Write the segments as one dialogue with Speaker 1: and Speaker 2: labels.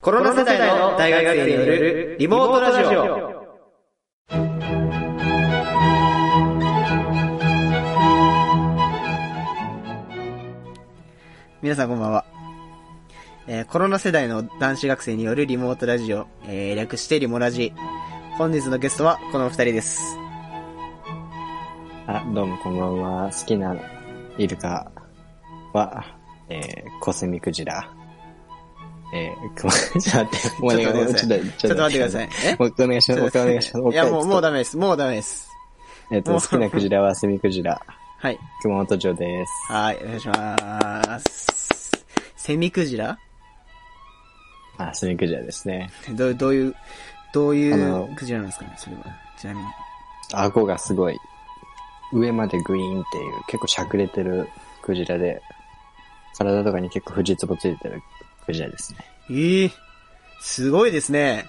Speaker 1: コロナ世代の大学生によるリモートラジオ。皆さんこんばんは。えーコロナ世代の男子学生によるリモートラジオ、えー略してリモラジ。本日のゲストはこのお二人です。
Speaker 2: あ、どうもこんばんは。好きなイルカは、えー、コスミクジラ。えー、くま、 ちょっと待って、もうお願い
Speaker 1: ちょっと待ってくださいちょっと待ってください。え
Speaker 2: もう一回お願いします。もう一回お願いします。もう
Speaker 1: い
Speaker 2: 一回
Speaker 1: や、もう、もうダメです。もうダメです。
Speaker 2: えっと、
Speaker 1: も
Speaker 2: 好
Speaker 1: う
Speaker 2: きなクジラはスミクジラ。
Speaker 1: はい。
Speaker 2: 熊本城で す。
Speaker 1: はい、お願いします。セミクジラ
Speaker 2: あ、スミクジラですね。
Speaker 1: どうどういう、どうい
Speaker 2: あの
Speaker 1: うクジラなんですかね、それは。ちなみに。
Speaker 2: 顎がすごい、上までグイーンっていう、結構しゃくれてるクジラで、体とかに結構フジツボついてるクジラですね。
Speaker 1: ええすごいですね。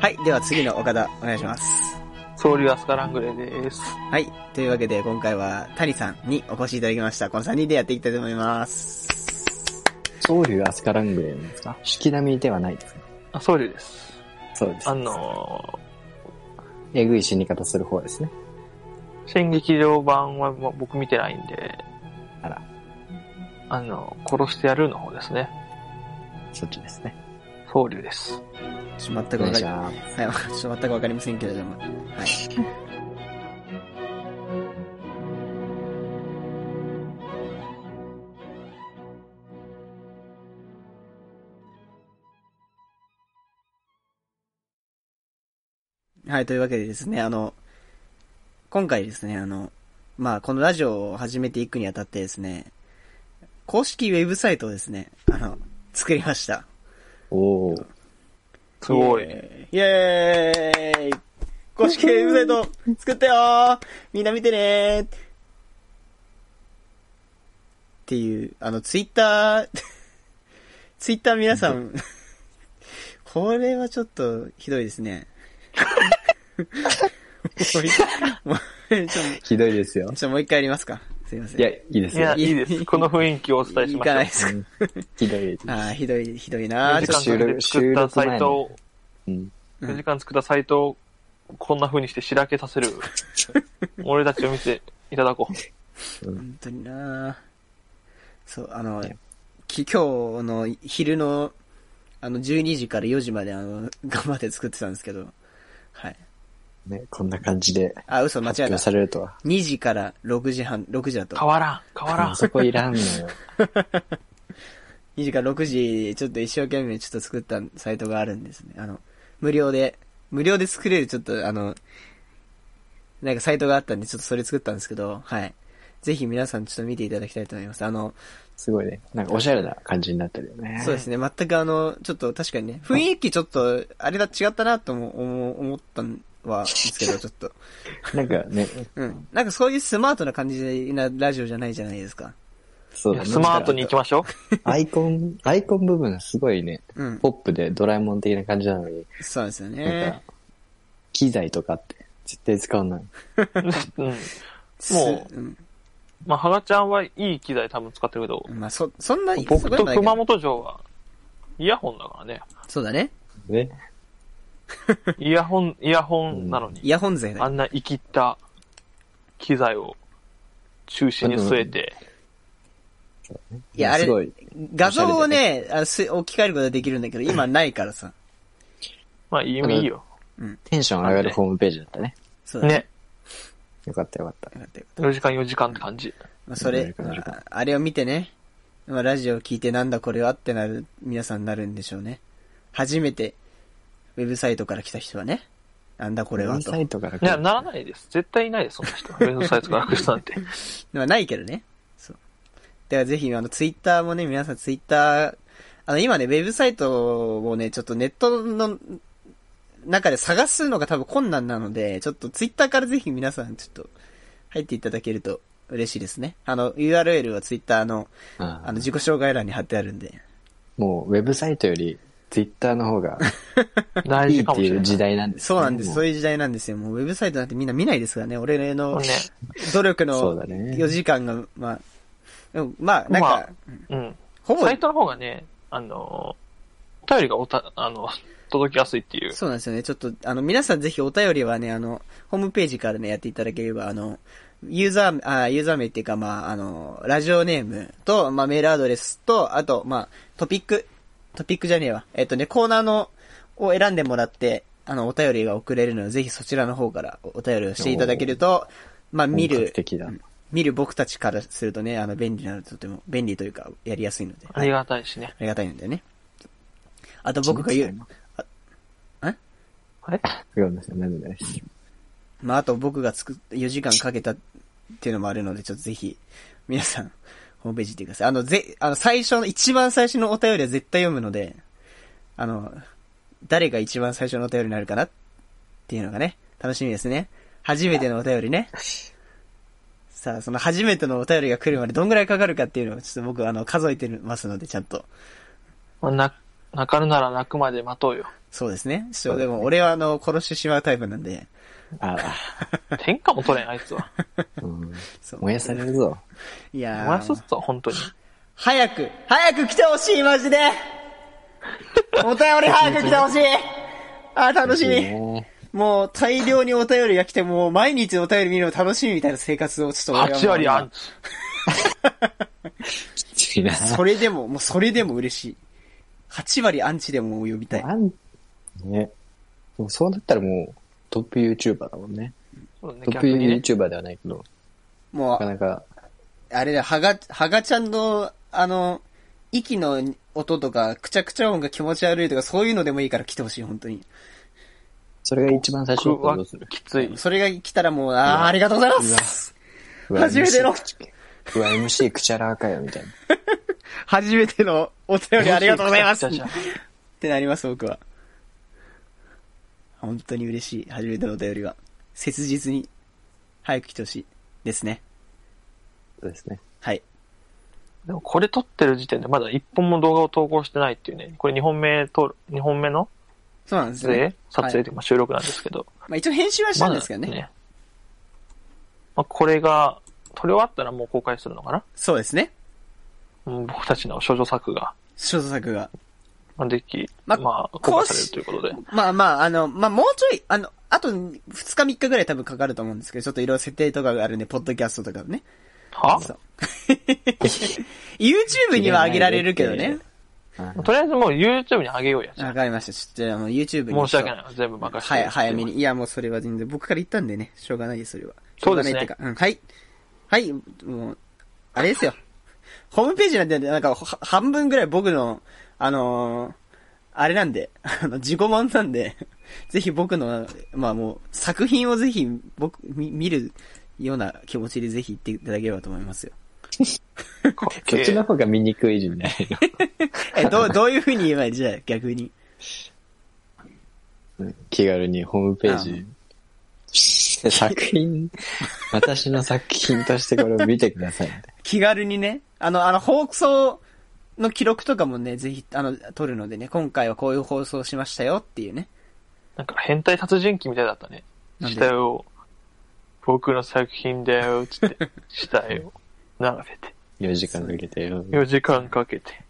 Speaker 1: はい、では次の岡田、お願いします。
Speaker 3: ソウルアスカラングレーです。
Speaker 1: はい、というわけで今回は谷さんにお越しいただきました。この3人でやっていきたいと思います。
Speaker 2: ソウルアスカラングレーなんですか式並みではないですね。
Speaker 3: あ、ソウルです。
Speaker 2: そうです。
Speaker 3: あの
Speaker 2: えぐい死に方する方ですね。
Speaker 3: ー、新劇場版はもう僕見てないんで、
Speaker 2: あら、
Speaker 3: あのー、殺してやるの方ですね。
Speaker 2: そっちですね。
Speaker 3: ソウルです。
Speaker 1: ちょっと
Speaker 2: お
Speaker 1: 全く
Speaker 2: 願
Speaker 1: わ
Speaker 2: い
Speaker 1: か
Speaker 2: し
Speaker 1: り、はい、
Speaker 2: ま
Speaker 1: ちょっと全くわかりませんけれども。はい。 はい、というわけでですね、あの、今回ですね、あの、まあ、このラジオを始めていくにあたってですね、公式ウェブサイトをですね、あの、作りました。
Speaker 2: す。おー。
Speaker 3: すごい。
Speaker 1: イエーイ公式ウェブサイト作ったよーみんな見てねーっていう、あの、ツイッター、 ツイッター皆さん、これはちょっとひどいです ね。 もうちょ
Speaker 2: ひどいですよ
Speaker 1: っと、。ちょっともう一回やりますか。すいません。
Speaker 2: いや、いいで
Speaker 3: い
Speaker 2: すよ
Speaker 3: や、。いいです。この雰囲気をお伝えし
Speaker 1: い
Speaker 3: ま
Speaker 1: かないで
Speaker 3: し
Speaker 1: すか。
Speaker 2: ひどいです。
Speaker 1: ああ、ひどい、ひどいな
Speaker 3: ょ
Speaker 1: ー
Speaker 3: う。
Speaker 1: ち
Speaker 3: 時
Speaker 1: ょっ
Speaker 3: 間かけて作ったサイトを、
Speaker 2: うん。
Speaker 1: うん
Speaker 3: 4時間作ったサイトを、こんな風にしてしらけさせる。俺たちを見ていただこう。
Speaker 1: 本当になそう、あの
Speaker 2: ね、
Speaker 1: き今日の昼の、あの、12時から4時まで、あの、 頑張って作ってたんですけど、はい。
Speaker 2: ね、こんな感じで、
Speaker 1: あ、嘘、間違
Speaker 2: 発
Speaker 1: えた
Speaker 2: 表。されるとは。
Speaker 1: 2時から6時半、6時だと。
Speaker 3: 変わらん。変わら
Speaker 2: あ
Speaker 3: ん。
Speaker 2: そこいらんのよ。
Speaker 1: 2時から6時、ちょっと一生懸命ちょっと作ったサイトがあるんですね。あの、無料で、無料で作れるちょっと、あの、なんかサイトがあったんで、ちょっとそれ作ったんですけど、はい。ぜひ皆さんちょっと見ていただきたいと思います。あの、
Speaker 2: すごいね。なんかおしゃれな感じになってるよね。
Speaker 1: そうですね。全くあの、ちょっと確かにね、雰囲気ちょっと、あれだ、違ったなとも思思ったんは、ですけ ど、ちょっと。
Speaker 2: なんかね、
Speaker 1: うん。なんかそういうスマートな感じなラジオじゃないじゃないですか。
Speaker 2: そう
Speaker 3: い
Speaker 2: だ
Speaker 3: や
Speaker 2: ね。
Speaker 3: スマートに行きましょ
Speaker 2: アイコン、アイコン部分すごいね、
Speaker 1: うん。
Speaker 2: ポップでドラえもん的な感じなのに、
Speaker 1: そうなんですよ
Speaker 2: なん
Speaker 1: ね
Speaker 2: か。、機材とかって絶対使わない。
Speaker 3: う。うん。
Speaker 1: す
Speaker 3: もう
Speaker 1: うん。
Speaker 3: まあ、はがちゃんはいい機材多分使ってるけど、
Speaker 1: まあ、そ、そんな、
Speaker 3: 僕と熊
Speaker 1: 本。
Speaker 3: 本城は、イヤホンだから ね。
Speaker 1: そうだね。
Speaker 2: ね。
Speaker 3: イヤホン、イヤホンなのに、
Speaker 1: イヤホン勢だ
Speaker 3: あ
Speaker 1: ね。
Speaker 3: んな生きった機材を中心に据えて、
Speaker 1: いや、あれ
Speaker 2: すごい、
Speaker 1: 画像をね、あす置き換えることはできるんだけど、今ないからさ。
Speaker 3: まあいいよいいよ。
Speaker 2: テンション上がるホームページだったね。
Speaker 1: そうだね。
Speaker 3: ね。
Speaker 2: よかったよかった。
Speaker 1: よかったよかった
Speaker 3: 4時間4時間って感じ。
Speaker 1: まあ、それ、まああれを見てね、まあ、ラジオを聞いてなんだこれはってなる、皆さんなるんでしょうね。初めて、ウェブサイトから来た人はね、なんだこれはと。
Speaker 2: サイトから来
Speaker 3: い
Speaker 2: る
Speaker 3: や、ならないです。絶対いないです、そんな人。ウェブサイトから来 るなんて。
Speaker 1: まあ、ないけどね。そう。ではぜひ、あの、ツイッターもね、皆さんツイッター、あの、今ね、ウェブサイトをね、ちょっとネットの中で探すのが多分困難なので、ちょっとツイッターからぜひ皆さんちょっと入っていただけると嬉しいですね。あの、URL はツイッターの、
Speaker 2: あ
Speaker 1: あの、自己紹介欄に貼ってあるんで。
Speaker 2: もうウェブサイトよりツイッターの 方が
Speaker 3: 大
Speaker 2: いい
Speaker 3: 事
Speaker 2: っ
Speaker 3: かも
Speaker 2: て
Speaker 3: し
Speaker 2: い
Speaker 3: れ
Speaker 2: う
Speaker 3: ない。
Speaker 2: 時代なんです、
Speaker 1: そうなんです。そう
Speaker 2: いう
Speaker 1: いう時代なんですよ。もうウェブサイトなんてみんな見ないですからね。俺の
Speaker 3: ね、
Speaker 1: 努力
Speaker 2: そう
Speaker 1: の
Speaker 2: だね
Speaker 1: 4時間が、まあ、でもまあ、なん
Speaker 3: ま
Speaker 1: か
Speaker 3: あ、うん。
Speaker 1: ほぼ
Speaker 3: サ、イトの方がね、あのー便りがおた、あの、届きやすいっていう。
Speaker 1: そうなんですよね。ちょっと、あの、皆さんぜひお便りはね、あの、ホームページからね、やっていただければ、あの、ユーザー、あユーザー名っていうか、まあ、あの、ラジオネームと、まあ、メールアドレスと、あと、まあ、トピック、トピックじゃねえわ。えっとね、コーナーの、を選んでもらって、あの、お便りが送れるので、ぜひそちらの方からおお便りをしていただけると、まあ、見
Speaker 2: 本
Speaker 1: る
Speaker 2: 格、的だ。
Speaker 1: 見る僕たちからするとね、あの、便利なので、とても、便利というか、やりやすいので。
Speaker 3: ありがたいしね。
Speaker 1: ありがたいんだよね。あと僕が言う、
Speaker 3: はい。
Speaker 2: ごめんなさい、なんでもないです。
Speaker 1: まああと僕が作っ4時間かけたっていうのもあるので、ちょっとぜひ、皆さん、ホームページ行ってください。あの、ぜ、あの、最初の、一番最初のお便りは絶対読むので、あの、誰が一番最初のお便りになるかなっていうのがね、楽しみですね。初めてのお便りね。さあ、その初めてのお便りが来るまでどんぐらいかかるかっていうのを、ちょっと僕、あの、数えてますので、ちゃんと。
Speaker 3: まあな、泣かぬなら泣くまで待 とうよ。
Speaker 1: そうですね。そう、でも俺はあの、殺してしまうタイプなんで、
Speaker 2: あ
Speaker 3: 天下も取れん、あいつは。
Speaker 2: あ、うん。
Speaker 1: そう
Speaker 2: 燃やされるぞ。
Speaker 1: いやー
Speaker 3: 燃やすぞ、本当に。
Speaker 1: 早く、早く来てほしい、マジでお便り早く来てほしいあー、楽し
Speaker 2: いい
Speaker 1: み。
Speaker 2: ね
Speaker 1: もう大量にお便りが来て、もう毎日お便り見るの楽しみみたいな生活をちょっと俺はもう
Speaker 3: 8割アンチ。
Speaker 2: きついな。
Speaker 1: それでも、もうそれでも嬉しい。8割アンチでも呼びたい。
Speaker 2: あん、ね。もうそうなったらもう、トップ YouTuber だもんね。
Speaker 3: そうね、
Speaker 2: トップ
Speaker 3: 逆にね。
Speaker 2: YouTuber ではないけど、
Speaker 1: も
Speaker 2: なか
Speaker 1: う、
Speaker 2: なか、
Speaker 1: あれだよ、はが、はがちゃんの、あの、息の音とか、くちゃくちゃ音が気持ち悪いとか、そういうのでもいいから来てほしい、本当に。
Speaker 2: それが一番最初だったらどうする
Speaker 3: きつい。
Speaker 1: それが来たらもう、あーありがとうございます
Speaker 2: うわ
Speaker 1: 初めての
Speaker 2: MC うわ、MC くちゃらかよ、みたいな。
Speaker 1: 初めてのお便りありがとうございます
Speaker 3: じゃあじゃ
Speaker 1: ってなります、僕は。本当に嬉しい。初めてのお便りは。切実に、早く来てほしい。ですね。
Speaker 2: そうですね。
Speaker 1: はい。
Speaker 3: あでもこれ撮ってる時点でまだ一本も動画を投稿してないっていうね。これ2本目撮る、2本目の
Speaker 1: そうなんです
Speaker 3: 撮
Speaker 1: よ
Speaker 3: 影
Speaker 1: ね。
Speaker 3: 撮影
Speaker 1: は
Speaker 3: というかまあ収録なんですけど。
Speaker 1: いまあ一応編集はしたんですけどね。
Speaker 3: まだまあ、これが、撮り終わったらもう公開するのかな
Speaker 1: そうですね。
Speaker 3: うん僕たちの少女作が、
Speaker 1: 少女作が。
Speaker 3: まあでき、
Speaker 1: ま
Speaker 3: ま
Speaker 1: あ
Speaker 3: あ、公開されるということで。
Speaker 1: まあまあ、あの、まあもうちょい、あの、あと2日3日ぐらい多分かかると思うんですけど、ちょっといろいろ設定とかがあるんで、ポッドキャストとかね。
Speaker 3: は
Speaker 1: そう YouTube には上げられるけどね。
Speaker 2: あ
Speaker 3: とりあえずもう YouTube に上げようや。じゃ
Speaker 1: わかりました。ちょっとじゃあ、あの、YouTube に。
Speaker 3: あ申し訳ない。全部任せて。
Speaker 1: はい、早めに。いや、もうそれは全然、僕から言ったんでね、しょうがないです、それは。
Speaker 3: そうですね
Speaker 1: しょがないっていうかうん、はい。はい、もう、あれですよ。ホームページなんて、なんか、は半分ぐらい僕の、あのーあれなんで、あの、自己満なんで、ぜひ僕の、まあもう、作品をぜひ、僕、み見るような気持ちでぜひ言っていただければと思いますよ。
Speaker 3: かっ
Speaker 2: そ
Speaker 3: けえ
Speaker 2: っちの方が見にくいじゃないの。
Speaker 1: え、どう、どういう風に言えばいいじゃあ、逆に。
Speaker 2: 気軽にホームページ。作品、私の作品としてこれを見てください。
Speaker 1: 気軽にね、あの、あの、放送の記録とかもね、ぜひ、あの、撮るのでね、今回はこういう放送しましたよっていうね。
Speaker 3: なんか変態殺人鬼みたいだったね。
Speaker 1: なんで
Speaker 3: したよ。僕の作品だよ。つって。したよ。並べて。
Speaker 2: 4時間かけてよ。
Speaker 3: 4時間かけて。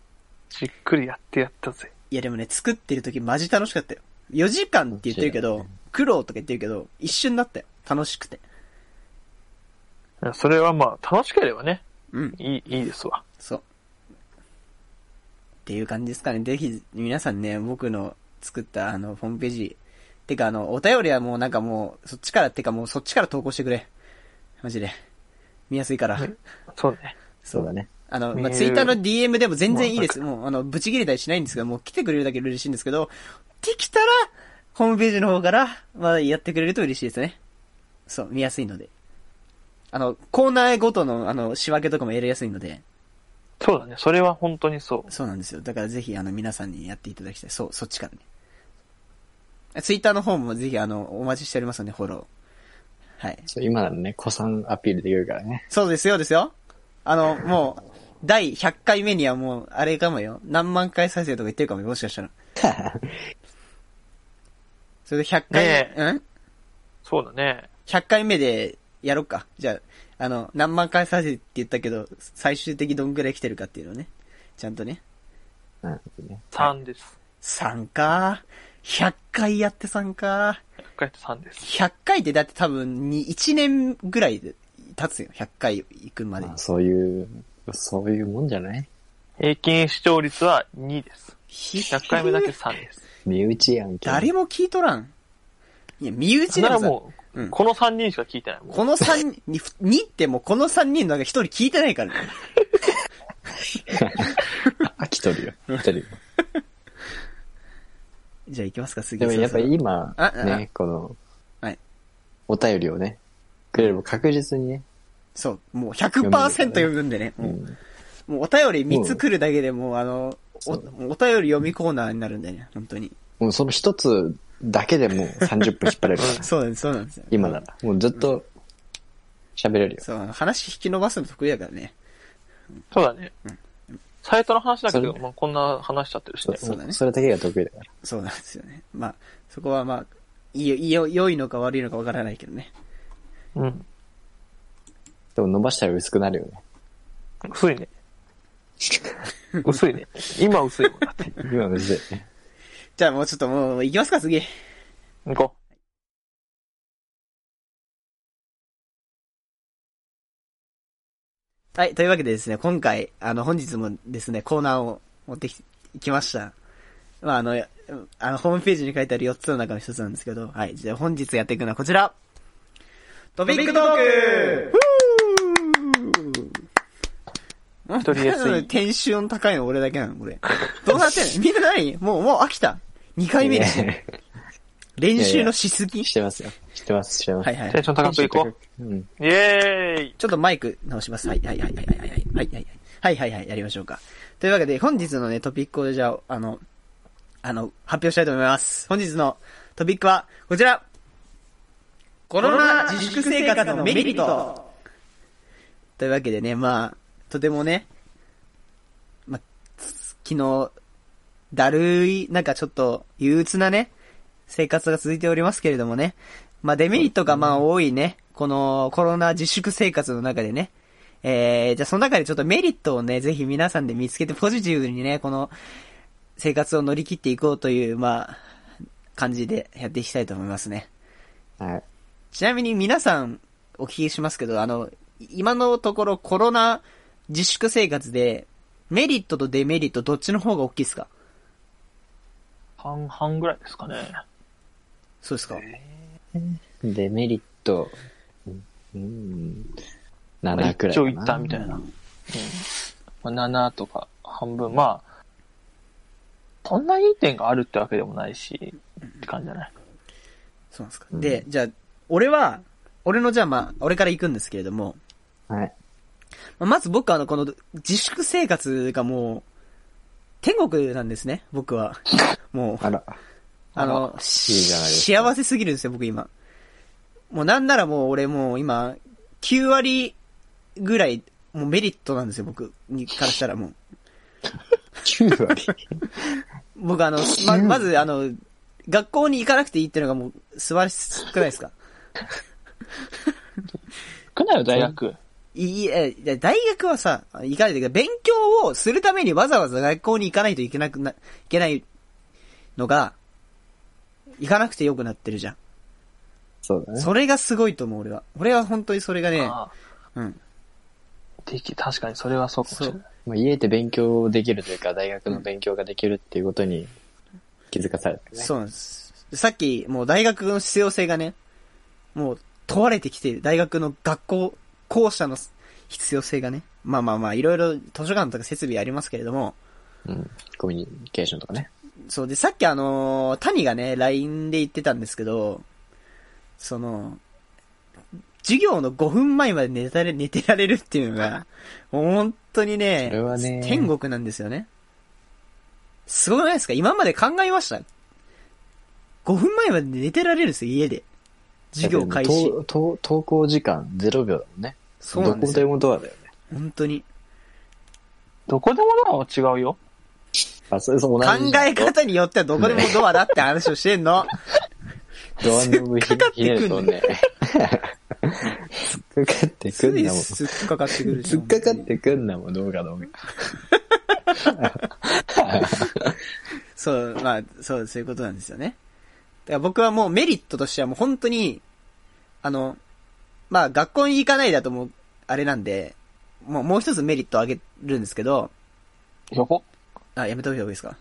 Speaker 3: じっくりやってやったぜ。
Speaker 1: いや、でもね、作ってる時マジ楽しかったよ。4時間って言ってるけど、苦労とか言ってるけど、一瞬だったよ。楽しくて。
Speaker 3: それはまあ、楽しければね、
Speaker 1: うん、
Speaker 3: いい、いいですわ。
Speaker 1: そう。っていう感じですかね。ぜひ、皆さんね、僕の作った、あの、ホームページ。てか、あの、お便りはもうなんかもう、そっちから、てかもうそっちから投稿してくれ。マジで。見やすいから。
Speaker 3: そうね。
Speaker 2: そうだね。
Speaker 1: あの、ま
Speaker 3: メー
Speaker 1: あ、
Speaker 3: ル
Speaker 1: ツイッターの DM でも全然いいです。
Speaker 3: ま
Speaker 1: もう、あの、ぶち切れたりしないんですけど、もう来てくれるだけ嬉しいんですけど、できたら、ホームページの方から、まあ、やってくれると嬉しいですね。そう、見やすいので。あの、コーナーごとの、あの、仕分けとかもやりやすいので、
Speaker 3: そうだね。それは本当にそう。
Speaker 1: そうなんですよ。だからぜひ、あの、皆さんにやっていただきたい。そう、そっちからね。ツイッターの方もぜひ、あの、お待ちしておりますので、フォロー。はい。
Speaker 2: そう今ならね、子さんアピールできるからね。
Speaker 1: そうですよ、ですよ。あの、もう、第100回目にはもう、あれかもよ。何万回再生とか言ってるかもよ、もしか したら。それで100回目、
Speaker 3: ねえ
Speaker 1: うん
Speaker 3: そうだね。
Speaker 1: ?100 回目でやろっか。じゃあ、あの、何万回再生って言ったけど、最終的どんぐらい来てるかっていうのをね。ちゃんとね。
Speaker 2: うん、ね
Speaker 3: 3です。
Speaker 1: 3か。100回やって3か。
Speaker 3: 100回と3です。
Speaker 1: 100回ってだって多分に1年ぐらいで経つよ。100回行くまでに
Speaker 2: まあ、。そういう、そういうもんじゃない
Speaker 3: 平均視聴率は2です。
Speaker 1: ひ
Speaker 3: 100回目だけ3です。
Speaker 2: 身内やんけ。
Speaker 1: 誰も聞いとらん。いや、身内で
Speaker 3: なら
Speaker 1: もさ、
Speaker 3: もう、
Speaker 1: うん
Speaker 3: この3人しか聞いてない。もう
Speaker 1: この3人、2って もうこの3人の中1人聞いてないからね。
Speaker 2: 飽きとるよ。飽きとるよ。
Speaker 1: じゃあ行きますか、次。
Speaker 2: でも やっ
Speaker 1: そ
Speaker 2: ぱ
Speaker 1: う
Speaker 2: 今
Speaker 1: ああ、
Speaker 2: ね、この、
Speaker 1: はい
Speaker 2: お便りをね、くれれば確実にね、
Speaker 1: そう、もう100%読むんでね。
Speaker 2: う、
Speaker 1: もうんもうお便り3つ来るだけでもう、あの、お、
Speaker 2: そ
Speaker 1: お
Speaker 2: う
Speaker 1: 便り読みコーナーになるんでね、本当に。
Speaker 2: もうその一つだけでもう30分引っ 張れるから
Speaker 3: うん
Speaker 1: そうなんです、そうなんですよ。
Speaker 2: 今なら。もうずっと喋れるよ。
Speaker 1: そう、あの話引き伸ばすの得意だからね。
Speaker 3: そうだね。サイトの話だけど、
Speaker 2: それ
Speaker 3: まあ、こんな話しちゃってるし
Speaker 2: そ
Speaker 3: ね
Speaker 2: う。
Speaker 1: そうだね
Speaker 2: それだけが得意だから。
Speaker 1: そうなんですよね。まあ、そこはまあ、いいよ、いいよ、良いのか悪いのかわからないけどね。
Speaker 3: うん。
Speaker 2: でも伸ばしたら薄くなる よね。
Speaker 3: 薄いね。薄いね。今薄いもんだって。
Speaker 2: 今の時代ね。
Speaker 1: じゃあもうちょっともう、行きますか、次。
Speaker 3: 行こ
Speaker 1: はい、というわけでですね、今回、あの、本日もですね、コーナーを持ってききました。まあ、あの、やあの、ホームページに書いてある4つの中の1つなんですけど、はい、じゃあ本日やっていくのはこちらトピックトークふぅ
Speaker 3: 一人安い
Speaker 1: なんでテンション高いの俺だけなの俺。どうなってん のみんな何もう、もう飽きた ?2 回目にして。練習のしすぎ
Speaker 2: してますよ。してます、してます。
Speaker 1: はいは
Speaker 3: う。
Speaker 1: い
Speaker 3: テン。ション高く行こ
Speaker 2: うん。
Speaker 3: う。イエーイ
Speaker 1: ちょっとマイク直します。はい、はい、はい、はい、はい、はい、はい、はい、はい、はい、はい、やりましょうか。というわけで、本日のね、トピックをじゃあ、あの、あの、発表したいと思います。本日のトピックは、こちらコロナ自粛生活のメリットというわけでね、まあ、とてもね、まあ、つ昨日、だるい、なんかちょっと憂鬱なね、生活が続いておりますけれどもね。まあ、デメリットがまあ多いね。このコロナ自粛生活の中でね。えー、じゃあその中でちょっとメリットをね、ぜひ皆さんで見つけてポジティブにね、この生活を乗り切っていこうという、まあ、感じでやっていきたいと思いますね。
Speaker 2: はい。
Speaker 1: ちなみに皆さんお聞きしますけど、あの、今のところコロナ自粛生活で、メリットとデメリットどっちの方が大きいですか
Speaker 3: 半々ぐらいですかね。
Speaker 1: そうですか
Speaker 2: デメリット、うんうん。7くらい
Speaker 3: 一
Speaker 2: か
Speaker 3: 応
Speaker 2: な。
Speaker 3: 行ったみたいな。うんまあ、7とか半分。まあ、そんないい点があるってわけでもないし、って感じじゃない。
Speaker 1: そうなんですか。
Speaker 2: うん
Speaker 1: で、じゃあ、俺は、俺のじゃあまあ、俺から行くんですけれども、
Speaker 2: はい。
Speaker 1: まあまず僕はあの、この自粛生活がもう、天国なんですね、僕は。もう、
Speaker 2: あら。
Speaker 1: あの、
Speaker 2: じゃないですか
Speaker 1: 幸せすぎるんですよ、僕今。もうなんならもう俺もう今、9割ぐらい、もうメリットなんですよ、僕にからしたらもう。
Speaker 2: 9割。
Speaker 1: 僕あの、ま、まずあの、学校に行かなくていいっていうのがもう素晴らしくないですか
Speaker 3: 少ないよ、大学。
Speaker 1: いいえ、いや大学はさ、行かないといけない。勉強をするためにわざわざ学校に行かないといけなくな、いけないのが、行かなくてよくなってるじゃん。
Speaker 2: そうだね。
Speaker 1: それがすごいと思う、俺は。俺は本当にそれがね、
Speaker 3: あ
Speaker 1: うん。
Speaker 3: あでき確かにそれはそうかもしれない。
Speaker 2: まあ、家で勉強できるというか、大学の勉強ができるっていうことに気づかされたね。
Speaker 1: そうなんです。さっき、もう大学の必要性がね、もう問われてきている。大学の学校、校舎の必要性がね。まあまあまあ、いろいろ図書館とか設備ありますけれども、
Speaker 2: うん。コミュニケーションとかね。
Speaker 1: そうで、さっきあのー谷がね、LINE で言ってたんですけど、その、授業の5分前まで寝たれ、寝てられるっていうのが、もう本当にね
Speaker 2: それはね
Speaker 1: 天国なんですよね。すごくないですか今まで考えました ?5 分前まで寝てられるんですよ、家で。授業開始。
Speaker 2: とと投稿時間0秒だもんね。
Speaker 1: そうなんです
Speaker 2: ど
Speaker 1: よ。
Speaker 2: こでもドアだよね。
Speaker 1: 本当に。
Speaker 3: どこでもドアは違うよ。
Speaker 2: あ、それそう
Speaker 1: 考
Speaker 2: 同じ。
Speaker 1: え方によってはどこでもドアだって話をしてん の。
Speaker 2: ドアノブひひねるとね。突っかかってく
Speaker 1: す
Speaker 2: ん
Speaker 1: ぐ
Speaker 2: だもん。
Speaker 1: すっかかってくるじゃ
Speaker 2: 突
Speaker 1: ん
Speaker 2: っかかってくんだもん、どうかどうか。
Speaker 1: そう、まあ、そう、そういうことなんですよね。だから僕はもうメリットとしてはもう本当に、あの、まあ学校に行かないだともう、あれなんで、もう、もう一つメリットをあげるんですけど、
Speaker 3: やば
Speaker 1: あ、やめといた方がいいですか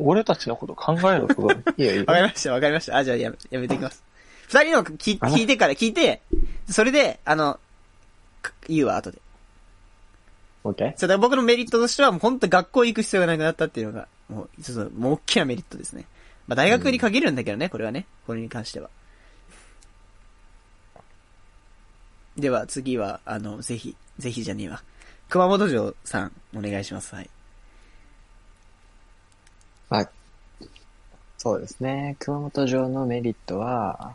Speaker 3: 俺たちのこと考えろとか。いやい
Speaker 1: わか
Speaker 3: や。
Speaker 1: りました、わかりました。あ、じゃあやめ、やめていきます。二人の聞い聞いてから聞いて、それで、あの、か言うわ、後で。
Speaker 2: オッケー
Speaker 1: そう、だから僕のメリットとしては、もう本当学校行く必要がなくなったっていうのが、もう、そうそう、もう大きなメリットですね。まあ大学に限るんだけどね、これはね。これに関しては。では、次は、あの、ぜひ、ぜひじゃねえわ。熊本城さん、お願いします。はい。
Speaker 2: はい。そうですね。熊本城のメリットは、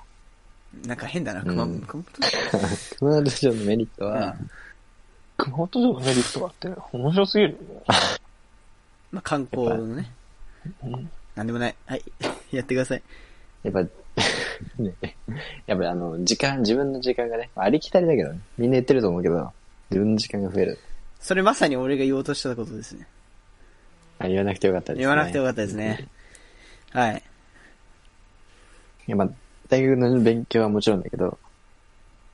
Speaker 1: なんか変だな、熊
Speaker 2: うん
Speaker 1: 本、熊本城
Speaker 2: 熊本城のメリットは、
Speaker 3: 熊本城のメリットがあって、面白すぎるよ
Speaker 1: まあ観光のね。
Speaker 3: ね。うん
Speaker 1: なんでもない。 はい。やってください。
Speaker 2: やっぱ、ね、やっぱあの、時間、自分の時間がね、ありきたりだけどね、みんな言ってると思うけど、自分の時間が増える。
Speaker 1: それまさに俺が言おうとしたことですね。
Speaker 2: あ、言わなくてよかったですね。
Speaker 1: 言わなくてよかったですね。はい。
Speaker 2: いやまあ、大学の勉強はもちろんだけど、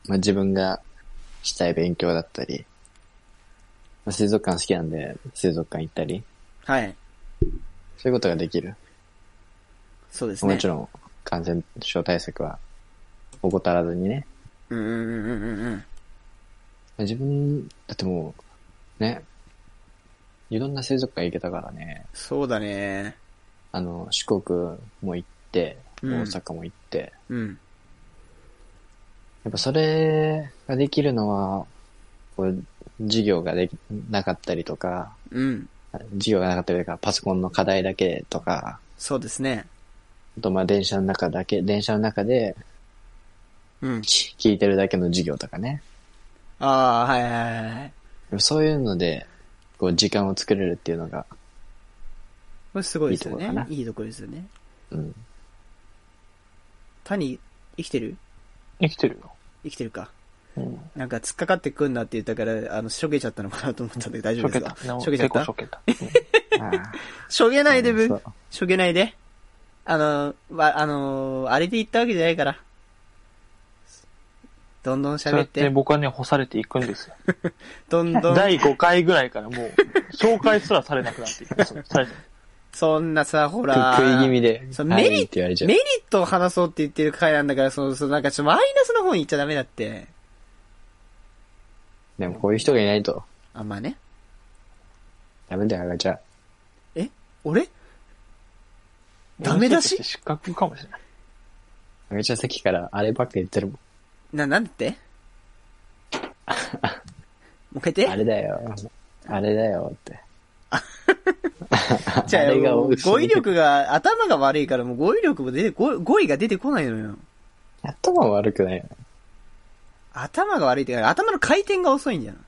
Speaker 2: まあ自分がしたい勉強だったり、まあ、水族館好きなんで、水族館行ったり、
Speaker 1: はい。
Speaker 2: そういうことができる。
Speaker 1: そうですね。
Speaker 2: もちろん、感染症対策は怠らずにね。
Speaker 1: うんうんうんうんうん。
Speaker 2: まあ自分、だってもう、ね、いろんな水族館行けたからね、
Speaker 1: そうだね。
Speaker 2: あの、四国も行って、大
Speaker 1: うん
Speaker 2: 阪も行って、
Speaker 1: うん。
Speaker 2: やっぱそれができるのは、こう、授業ができなかったりとか、
Speaker 1: うん。
Speaker 2: 授業がなかったりとか、パソコンの課題だけとか、
Speaker 1: そうですね。
Speaker 2: あとまあ電車の中だけ、電車の中で
Speaker 1: うん。
Speaker 2: き聞いてるだけの授業とかね。
Speaker 1: ああ、はいはいはいはい。
Speaker 2: そういうので、こう時間を作れるっていうのが、
Speaker 1: これすごいですよ
Speaker 2: いいとこだ
Speaker 1: ね。
Speaker 2: ない
Speaker 1: いとこですよね。
Speaker 2: うん。
Speaker 1: 谷、生きてる
Speaker 3: 生きてるよ。
Speaker 1: 生きてるか。
Speaker 3: うん。
Speaker 1: なんか突っかかってくんなって言ったから、あの、しょげちゃったのかなと思ったんだけど大
Speaker 3: し
Speaker 1: 丈
Speaker 3: ょ
Speaker 1: 夫で
Speaker 3: け
Speaker 1: す
Speaker 3: た
Speaker 1: か。
Speaker 3: な
Speaker 1: しょげちゃっ
Speaker 3: 結構
Speaker 1: た
Speaker 3: しょけた。
Speaker 2: あ
Speaker 1: しょげ
Speaker 2: あ
Speaker 1: ないで
Speaker 2: そ
Speaker 1: ぶ
Speaker 2: う。
Speaker 1: しょげないで。あの、わ、あのー、あれで言ったわけじゃないから。どんどん
Speaker 3: そうや
Speaker 1: 喋
Speaker 3: っ
Speaker 1: ってて、
Speaker 3: 僕はね、干されていくんですよ。
Speaker 1: どんどん
Speaker 3: 第5回ぐらいからもう、紹介すらされなくなって いく。そうされて
Speaker 1: そんなさ、ほら。
Speaker 2: 食い気味で
Speaker 1: そ、う
Speaker 2: はい
Speaker 1: メリッ
Speaker 2: って言われちゃう
Speaker 1: メ。リットを話そうって言ってる回なんだから、その、そのなんかちょっとマイナスの方に行っちゃダメだって。
Speaker 2: でもこういう人がいないと、
Speaker 1: あんまあね。
Speaker 2: ダメだよ、あがちゃん。
Speaker 1: 俺ダメ出し
Speaker 3: もしかて失格かもしれない。
Speaker 2: あがちゃんさっきからあればっか言ってるもん。
Speaker 1: な、なんだっても う一回言っ
Speaker 2: あ
Speaker 1: て。
Speaker 2: れだよ、あれだよって。
Speaker 1: じゃあ
Speaker 2: あれが
Speaker 1: もう
Speaker 2: 美味しい
Speaker 1: 語彙力が、頭が悪いからもう語彙力も出て、語語彙が出てこないのよ。
Speaker 2: 頭は悪くないよね。
Speaker 1: 頭が悪いってか、頭の回転が遅いんじゃん。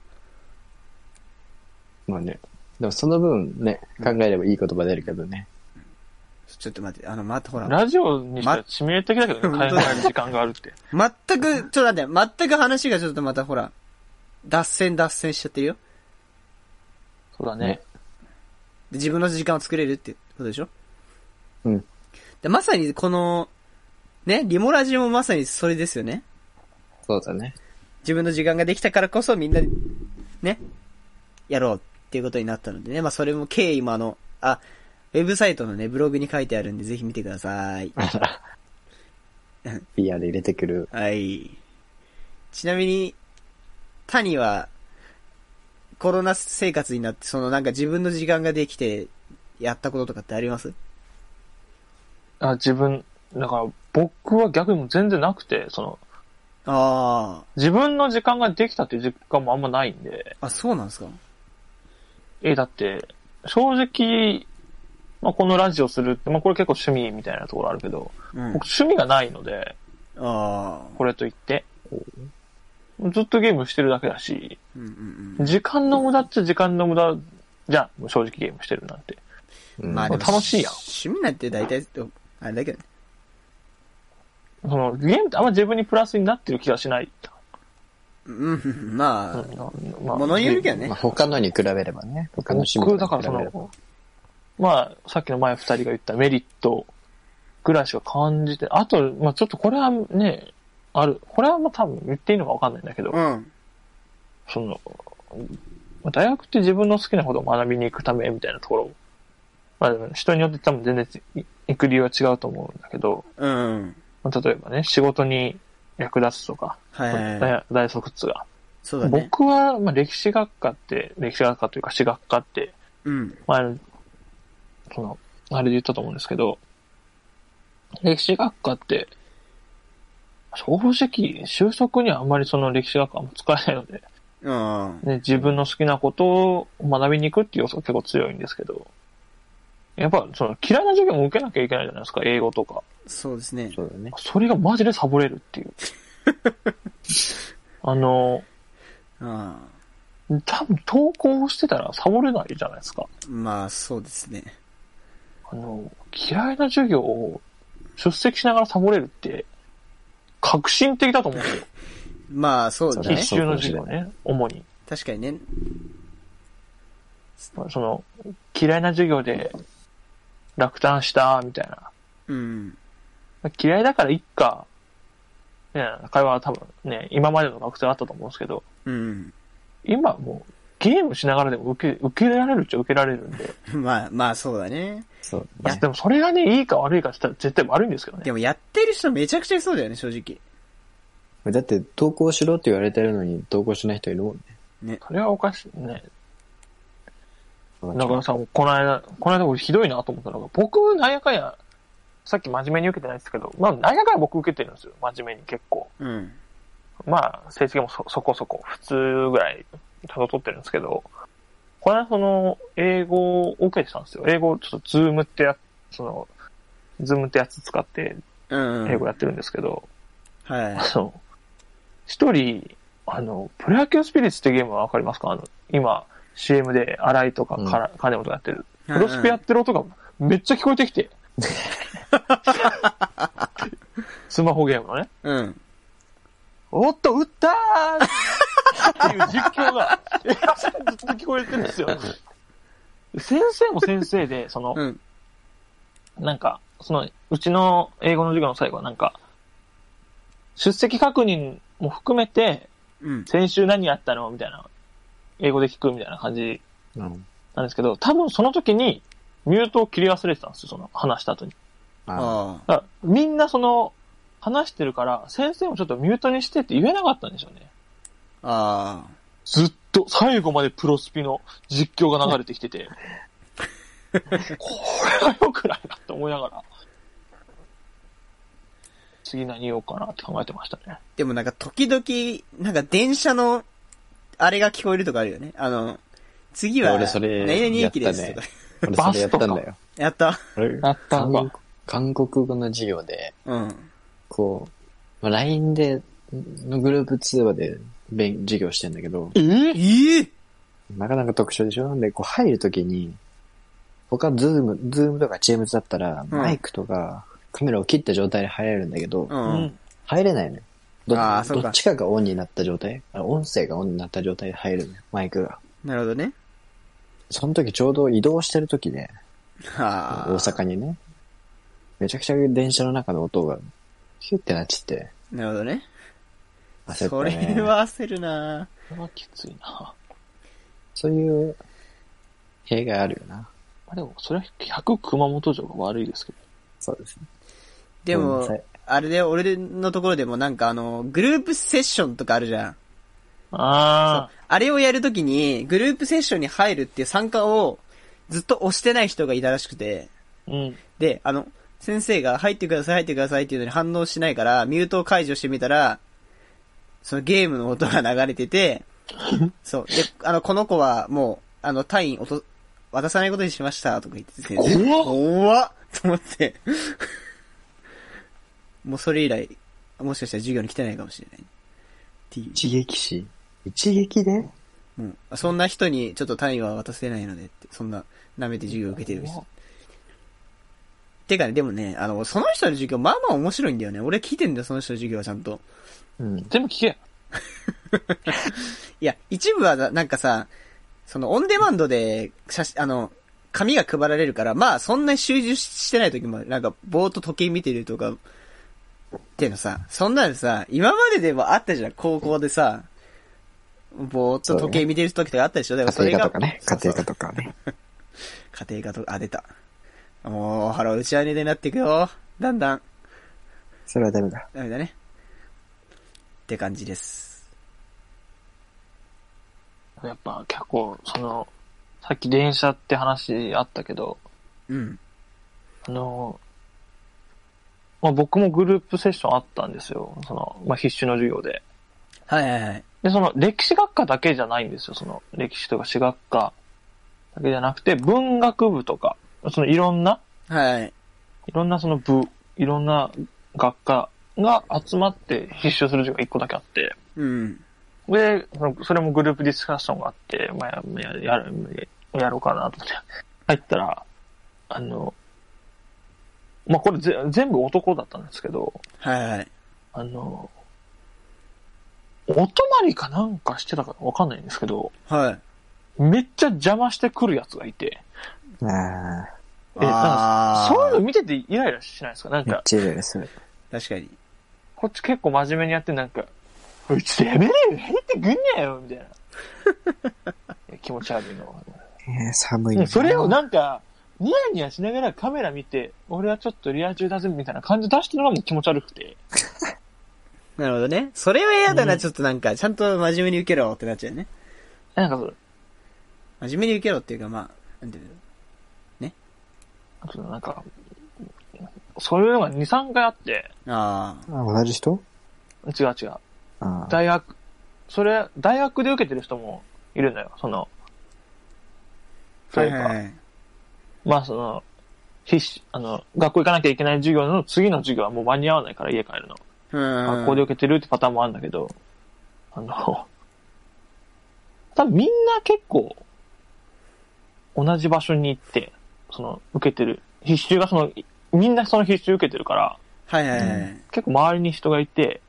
Speaker 2: まあね。でもその分ね、考えればいい言葉出るけどね。
Speaker 1: ちょっと待って、あの、ま、ほら。
Speaker 3: ラジオにしたら致命的だけどね、
Speaker 1: ま
Speaker 3: 考える時間があるって。
Speaker 1: 全く、ちょっと待って、全く話がちょっとまたほら、脱線脱線しちゃってるよ。
Speaker 3: そうだね。
Speaker 1: で自分の時間を作れるってことでしょ
Speaker 2: うん。
Speaker 1: で、まさにこの、ね、リモラジもまさにそれですよね。
Speaker 2: そうだね。
Speaker 1: 自分の時間ができたからこそみんなで、ね、やろうっていうことになったのでね。まあそれも経緯もあの、あ、ウェブサイトのね、ブログに書いてあるんでぜひ見てください。
Speaker 2: PR 入れてくる。
Speaker 1: はい。ちなみに、谷は、コロナ生活になって、そのなんか自分の時間ができて、やったこととかってあります
Speaker 3: あ自分、だから僕は逆にもう全然なくて、その、
Speaker 1: あ
Speaker 3: 自分の時間ができたっていう実感もあんまないんで、
Speaker 1: あ。あ、そうなんですか
Speaker 3: え、だって、正直、まあ、このラジオするって、まあ、これ結構趣味みたいなところあるけど、
Speaker 1: うん。
Speaker 3: 僕趣味がないので、
Speaker 1: ああ。
Speaker 3: これといって。ずっとゲームしてるだけだし、
Speaker 1: うんうんうん。
Speaker 3: 時間の無駄っちゃ時間の無駄じゃん、もう正直ゲームしてるなんて。
Speaker 2: うん
Speaker 1: まあでも
Speaker 3: 楽しいやん
Speaker 1: 趣味なんて大体、あれだけどね。
Speaker 3: その、ゲームってあんま自分にプラスになってる気がしない。
Speaker 1: うん、まあ、
Speaker 3: うん
Speaker 1: 物によるけどね
Speaker 2: まあ、他のに比べればね。他の
Speaker 3: 僕、だからそ
Speaker 2: に比べれば
Speaker 3: の、まあ、さっきの前二人が言ったメリットぐらいしか感じて、あと、まあちょっとこれはね、ある、これはもう多分言っていいのかわかんないんだけど、
Speaker 1: うん。
Speaker 3: その、まあ大学って自分の好きなことを学びに行くためみたいなところ、まあ人によって多分全然い行く理由は違うと思うんだけど、
Speaker 1: うん。
Speaker 3: まあ例えばね、仕事に役立つとか、
Speaker 1: はいはいはい。
Speaker 3: 大大卒が、
Speaker 1: そうだね。
Speaker 3: 僕は、まあ、歴史学科って、歴史学科というか史学科って、
Speaker 1: うん。
Speaker 3: まああの、その、あれで言ったと思うんですけど、歴史学科って、正直、収束にはあんまりその歴史学科は使えないので、
Speaker 1: うん。
Speaker 3: ね、自分の好きなことを学びに行くっていう要素が結構強いんですけど、やっぱその嫌いな授業も受けなきゃいけないじゃないですか、英語とか。
Speaker 1: そうですね。
Speaker 2: そうだね。
Speaker 3: それがマジでサボれるっ ていう。あの、
Speaker 1: あ
Speaker 3: 多分投稿してたらサボれないじゃないですか。
Speaker 1: あ。まあ、そうですね。
Speaker 3: あの、嫌いな授業を出席しながらサボれるって、革新的だと思うんですよ。
Speaker 1: まあ、そうだ
Speaker 2: そう
Speaker 1: ね
Speaker 3: 必
Speaker 2: だ。
Speaker 3: 修の授業ね、主に。
Speaker 1: 確かにね。
Speaker 3: その、嫌いな授業で落胆した、みたいな。
Speaker 1: うん。
Speaker 3: 嫌いだからいっか。ね、会話は多分ね、今までの学生はあったと思うんですけど、
Speaker 1: うん。
Speaker 3: 今もうゲームしながらでも受け、受けられるっちゃ受けられるんで。
Speaker 1: まあ、まあ、そうだね。
Speaker 2: そう
Speaker 3: い
Speaker 2: だ
Speaker 3: や、
Speaker 2: ね。
Speaker 3: でもそれがね、いいか悪いかって言ったら絶対悪いんですけどね。
Speaker 1: でも、やってる人めちゃくちゃいそうだよね、正直。
Speaker 2: だって、投稿しろって言われてるのに、投稿しない人いるもんね。
Speaker 3: それはおかしいね。だからさ、この間、この間俺ひどいなと思ったのが、僕、なんやかんや、さっき真面目に受けてないですけど、まあ、なんやかんや僕受けてるんですよ。真面目に結構。
Speaker 1: うん。
Speaker 3: まあ、成績もそ、そこそこ、普通ぐらい、たど取ってるんですけど、この間その、英語を受けてたんですよ。英語、ちょっとズームってやつ、その、ズームってやつ使って、
Speaker 1: うん。
Speaker 3: 英語やってるんですけど、
Speaker 1: はい。
Speaker 3: あの、一人、あの、プロ野球スピリッツってゲームはわかりますかあの、今、CM で、新井とかから、金本がやってる。プロスペやってる音がめっちゃ聞こえてきて。スマホゲームのね。
Speaker 1: うん。
Speaker 3: おっと、打ったーっていう実況が、ずっと聞こえてるんですよ。先生も先生で、その
Speaker 1: う、ん。
Speaker 3: なんか、その、うちの英語の授業の最後はなんか、出席確認も含めて、
Speaker 1: うん。
Speaker 3: 先週何やったのみたいな、英語で聞くみたいな感じ
Speaker 2: うん。
Speaker 3: なんですけど、多分その時に、ミュートを切り忘れてたんですよ、その話した後に。
Speaker 2: あ
Speaker 1: あ
Speaker 3: だからみんなその、話してるから、先生もちょっとミュートにしてって言えなかったんでしょうね。
Speaker 1: あ。あ
Speaker 3: ずっと、最後までプロスピの実況が流れてきてて、これは良くないなって思いながら、次何言おうかなって考えてましたね
Speaker 1: あ。。でもなんか、時々、なんか、電車の、あれが聞こえるとかあるよね。あの、次は、
Speaker 2: 俺それ
Speaker 1: 何々駅です
Speaker 2: やった
Speaker 1: とか
Speaker 2: ね。俺それやったんだよ。
Speaker 1: やった。
Speaker 2: 俺
Speaker 3: やった
Speaker 2: 韓
Speaker 3: んだ
Speaker 2: 国韓国語の授業で、
Speaker 1: うん。
Speaker 2: こう、まあ LINE で、のグループ通話で勉、授業してんだけど、
Speaker 3: え
Speaker 1: ええ
Speaker 2: なかなか特徴でしょなんで、こう入るときに、他ズーム、ズームとかチームズだったら、マイクとか、カメラを切った状態で入れるんだけど、
Speaker 1: う。
Speaker 3: うんん。
Speaker 2: 入れないのよ。ど
Speaker 1: あーそうか
Speaker 2: どっちかがオンになった状態あ音声がオンになった状態で入るのよ、マイクが。
Speaker 1: なるほどね。
Speaker 2: その時ちょうど移動してる時で、
Speaker 1: はあ。
Speaker 2: 大阪にね、めちゃくちゃ電車の中の音が、ヒュってなっちゃって、
Speaker 1: なるほどね。
Speaker 2: 焦
Speaker 1: そ
Speaker 2: ったね。
Speaker 1: れは焦るな
Speaker 3: これはきついな。
Speaker 2: そういう、弊害あるよな。
Speaker 3: まあでも、それは100熊本城が悪いですけど。
Speaker 2: そうですね。
Speaker 1: で
Speaker 2: ごめんな
Speaker 1: も
Speaker 2: さい、
Speaker 1: あれで、俺のところでもなんかあの、グループセッションとかあるじゃん。
Speaker 3: あ
Speaker 1: あれをやるときに、グループセッションに入るっていう参加を、ずっと押してない人がいたらしくて、
Speaker 3: あ。うん。
Speaker 1: で、あの、先生が入ってください、入ってくださいっていうのに反応しないから、ミュートを解除してみたら、そのゲームの音が流れて て、そう。で、あの、この子はもう、あの、単位落と、渡さないことにしました、とか言ってて、
Speaker 3: 怖っ
Speaker 1: 怖っと思って。もうそれ以来、もしかしたら授業に来てないかもしれない。っていう。
Speaker 2: 一撃死一撃で
Speaker 1: うん。そんな人にちょっと単位は渡せないのでって、そんな、舐めて授業を受けてる人。てかね、でもね、あの、その人の授業、まあまあ面白いんだよね。俺聞いてんだよ、その人の授業はちゃんと。
Speaker 2: うん。
Speaker 3: 全部聞け。
Speaker 1: いや、一部はななんかさ、その、オンデマンドで、写真、あの、紙が配られるから、まあそんなに集中してない時も、なんかぼーっと時計見てるとか、っていうのさ、そんなのさ、今まででもあったじゃん、高校でさ、ぼーっと時計見てる時とかあったでしょだからそ
Speaker 2: 家
Speaker 1: れ
Speaker 2: 庭
Speaker 1: が、
Speaker 2: 科とかね。
Speaker 1: そ
Speaker 2: 家
Speaker 1: うそう
Speaker 2: 庭科とかね。
Speaker 1: 家庭科とか、あ、出た。もう、腹打ち上げでなっていくよ。だんだん。
Speaker 2: それはダメだ。
Speaker 1: ダメだね。って感じです。
Speaker 3: やっぱ結構、その、さっき電車って話あったけど、
Speaker 1: うん。
Speaker 3: あの、まあ、僕もグループセッションあったんですよ。その、まあ、必修の授業で。
Speaker 1: はいはいはい。
Speaker 3: で、その、歴史学科だけじゃないんですよ。その、歴史とか史学科だけじゃなくて、文学部とか、その、いろんな、
Speaker 1: はい。
Speaker 3: いろんなその部、いろんな学科が集まって必修する授業が一個だけあって、
Speaker 1: うん。
Speaker 3: で、そのそれもグループディスカッションがあって、まあ、ややるやろうかなと思って、入ったら、あの、まあ、これぜ全部男だったんですけど、
Speaker 1: はいはい。
Speaker 3: あの、お泊まりかなんかしてたかわかんないんですけど、
Speaker 1: はい。
Speaker 3: めっちゃ邪魔してくるやつがいて、
Speaker 2: あ
Speaker 3: えなんか
Speaker 1: あー
Speaker 3: そういうの見ててイライラしないですかなん
Speaker 2: あ、めっ
Speaker 3: か、
Speaker 2: ちゃいいよね、それ。
Speaker 1: 確かに。
Speaker 3: こっち結構真面目にやってなんか、おい、ちょっとやめれよ、入ってくんねやよ、みたいな。い や気持ち悪いの。
Speaker 2: えー寒い
Speaker 3: うん
Speaker 2: な。
Speaker 3: それをなんか、ニヤニヤしながらカメラ見て、俺はちょっとリア充だぜ、みたいな感じ出してるのがもう気持ち悪くて。
Speaker 1: なるほどね。それは嫌だな、
Speaker 3: うん
Speaker 1: ちょっとなんか、ちゃんと真面目に受けろってなっちゃうね。
Speaker 3: なんかその、
Speaker 1: 真面目に受けろっていうか、まあ、なんていうの
Speaker 3: そのなんか、そういうのが2、3回あって、
Speaker 1: あ
Speaker 2: あ同じ人
Speaker 3: 違う違う。
Speaker 2: ああ。
Speaker 3: 大学、それ、大学で受けてる人もいるのよ、その、
Speaker 1: あ。
Speaker 3: 例えば、
Speaker 1: い。
Speaker 3: まあその、必死、あの、学校行かなきゃいけない授業の次の授業はもう間に合わないから家帰るの。
Speaker 1: うん。
Speaker 3: 学校で受けてるってパターンもあるんだけど、あの、多分みんな結構、同じ場所に行って、その、受けてる。必修がその、いみんなその必修受けてるから、
Speaker 1: はいはいはい。
Speaker 3: 結構周りに人がいて、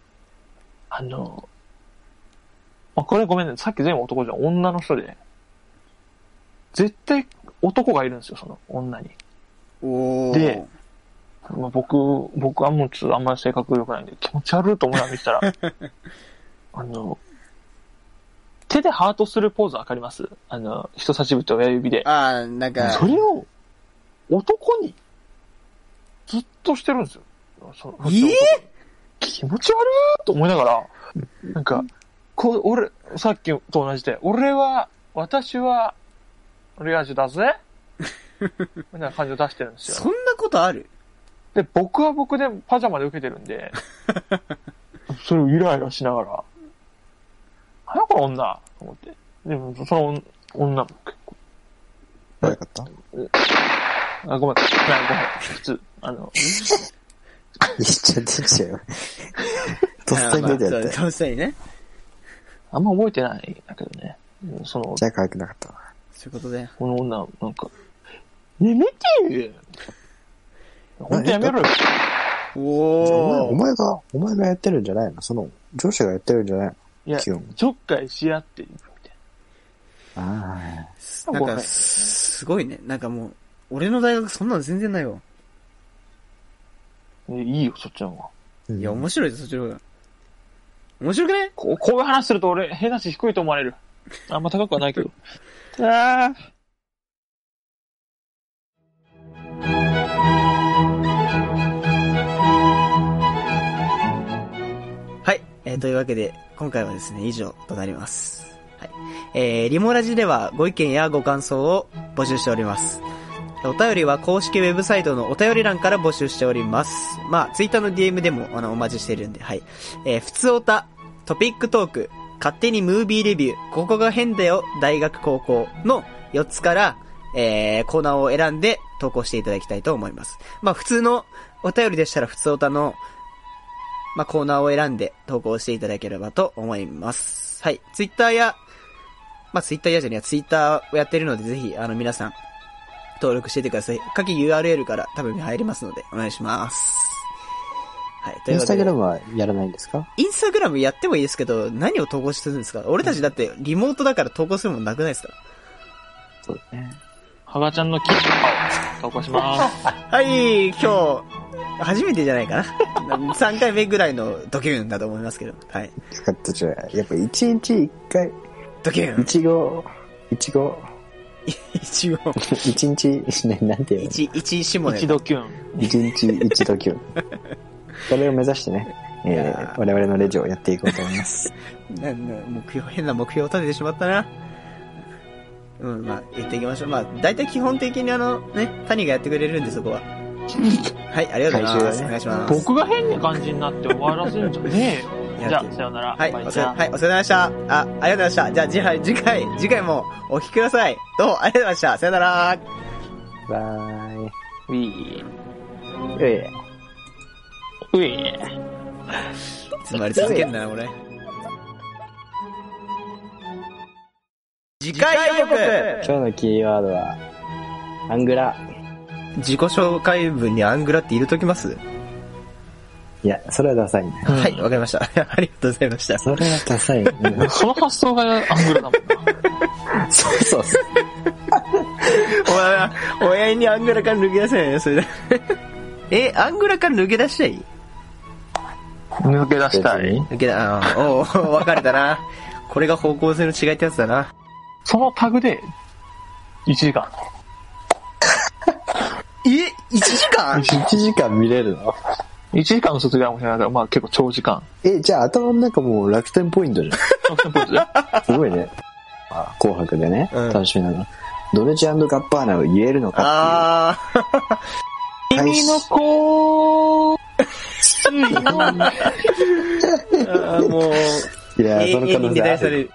Speaker 3: あの、まあ、これごめんね、さっき全部男じゃん、女の人で。絶対男がいるんですよ、その女に。
Speaker 1: おお。
Speaker 3: でまあ、僕、僕はもうちょっとあんまり性格良くないんで、気持ち悪いと思いながら見て たら、あの、手でハートするポーズわかりますあの、人差し指と親指で。
Speaker 1: ああ、なんか、
Speaker 3: それを、男に、ずっとしてるんですよ。その
Speaker 1: えー
Speaker 3: 気持ち悪いと思いながら、なんか、こう、俺、さっきと同じで、俺は、私は、リア充 だぜみたいな感じを出してるんですよ。
Speaker 1: そんなことある
Speaker 3: で、僕は僕でパジャマで受けてるんで、それをイライラしながら、なんやこの女と思って。でも、その女も結構、
Speaker 2: 悪かった
Speaker 3: あ、ごめん、なんか普通、あの、
Speaker 2: 言っちゃって っちゃうよ。とっさに出てやっ
Speaker 1: まあ
Speaker 2: た
Speaker 1: そう。とっさにね。
Speaker 3: あんま覚えてないんだけどね。うんその
Speaker 2: じ、ゃあ可愛くなかったわ。
Speaker 1: そういうことで。
Speaker 3: この女、なんか、やめてよほんとやめろよ。
Speaker 1: お
Speaker 2: お前お
Speaker 1: お。
Speaker 2: 前が、お前がやってるんじゃないのその、上司がやってるんじゃない
Speaker 3: いや
Speaker 2: の、基本。
Speaker 3: ちょっかいし合っていくみたい
Speaker 2: あ
Speaker 3: な。
Speaker 1: なん
Speaker 3: ごめ
Speaker 1: か、すごいね。なんかもう、俺の大学そんなの全然ないわ。
Speaker 3: んいいよ、そっちの方が。
Speaker 2: あ。
Speaker 1: いや、
Speaker 2: うん
Speaker 1: 面白いぞ、そっちの方が。面白くね
Speaker 3: こうこういう話すると俺、変なし低いと思われる。あんま高くはないけど。ああ。
Speaker 1: はい。えーというわけで、今回はですね、以上となります。はい。えー、リモラジではご意見やご感想を募集しております。お便りは公式ウェブサイトのお便り欄から募集しております。まあ、ツイッターの DM でも、あの、お待ちしてるんで、はい。えー、普通おた、トピックトーク、勝手にムービーレビュー、ここが変だよ、大学高校の4つから、えー、コーナーを選んで投稿していただきたいと思います。まあ、普通のお便りでしたら、普通おたのまあ、コーナーを選んで投稿していただければと思います。はい。ツイッターや、まあ、ツイッターやじゃねえや、ツイッターをやってるので、ぜひ、あの、皆さん、登録していてください。下記 URL から多分入れますので、お願いします。はい。とい
Speaker 2: イ
Speaker 1: う
Speaker 2: ン
Speaker 1: わけ
Speaker 2: スタ
Speaker 1: で
Speaker 2: グラムはやらないんですか
Speaker 1: インスタグラムやってもいいですけど、何を投稿するんですか俺たちだってリモートだから投稿するもんなくないですか
Speaker 2: そうね。
Speaker 3: ハガちゃんの記事を投稿します。
Speaker 1: はい、今日、初めてじゃないかな。3回 目ぐらいのドキューンだと思いますけど。はい。
Speaker 2: 使ったじゃないやっぱ一日一回、
Speaker 1: ドキュー
Speaker 2: い
Speaker 1: ン。
Speaker 2: ちご、いちご、
Speaker 1: 一応、
Speaker 2: 一日、 ねなんていうの
Speaker 1: 一、一下
Speaker 3: 一
Speaker 1: ね。
Speaker 3: 度キュン。
Speaker 2: 一日一度級。それを目指してね、え
Speaker 1: いやー
Speaker 2: ー我々のレジをやっていこうと思います。
Speaker 1: なな目標、変な目標を立ててしまったな。うん、まあ、言っていきましょう。まあ、大体基本的にあの、ね、谷がやってくれるんで、そこ は。はい、ありがとうございま
Speaker 2: 回収
Speaker 1: す。
Speaker 2: ね
Speaker 1: お願いします。
Speaker 3: 僕が変な感じになって終わらせるんじゃねえよ。じゃあ、さよなら。
Speaker 1: はい、お
Speaker 3: バイ
Speaker 1: 疲
Speaker 3: ち
Speaker 1: れ、
Speaker 3: ゃん
Speaker 1: はい、お疲れ様でした。あ、ありがとうございました。じゃあ、次回、次回、次回もお聞きください。どうもありがとうございました。さよなら。
Speaker 2: バーイ。
Speaker 3: うい
Speaker 2: え
Speaker 3: ーういー
Speaker 1: つまり続けんなよ、俺。次回予告
Speaker 2: え今日のキーワードは、アングラ。
Speaker 1: 自己紹介文にアングラって入れときます、
Speaker 2: いや、それはダサいね。
Speaker 3: うん
Speaker 1: はい、わかりました。 ありがとうございました。
Speaker 2: それはダサいね。
Speaker 3: その発想がアングルだもんな。
Speaker 2: そうそうそう。
Speaker 1: お前、親にアングラから抜け出せないよ、それで。 え、アングラから抜け出したい
Speaker 3: 抜け出した
Speaker 2: 別
Speaker 3: い。
Speaker 2: に
Speaker 1: 抜けだ、あーおう、分かれたな。これが方向性の違いってやつだな。
Speaker 3: そのタグで、1時間。
Speaker 1: え ?1 時間
Speaker 2: 1時間見れるの
Speaker 3: 1時間の卒業もしれないから、まあ結構長時 間。
Speaker 2: え、じゃあ頭の中もう楽天ポイントじゃ ん。すごいね。あ紅白でね、
Speaker 1: うん
Speaker 2: 楽しみなの。ドルチェガッパーナを言えるのか
Speaker 1: あ
Speaker 2: っていう。
Speaker 3: 君の子ついよ。
Speaker 1: ー、あーもう、
Speaker 2: いや、
Speaker 1: 永
Speaker 2: その可
Speaker 1: 遠に出
Speaker 2: 能性
Speaker 1: 題
Speaker 2: あ
Speaker 1: され
Speaker 2: る。
Speaker 1: る。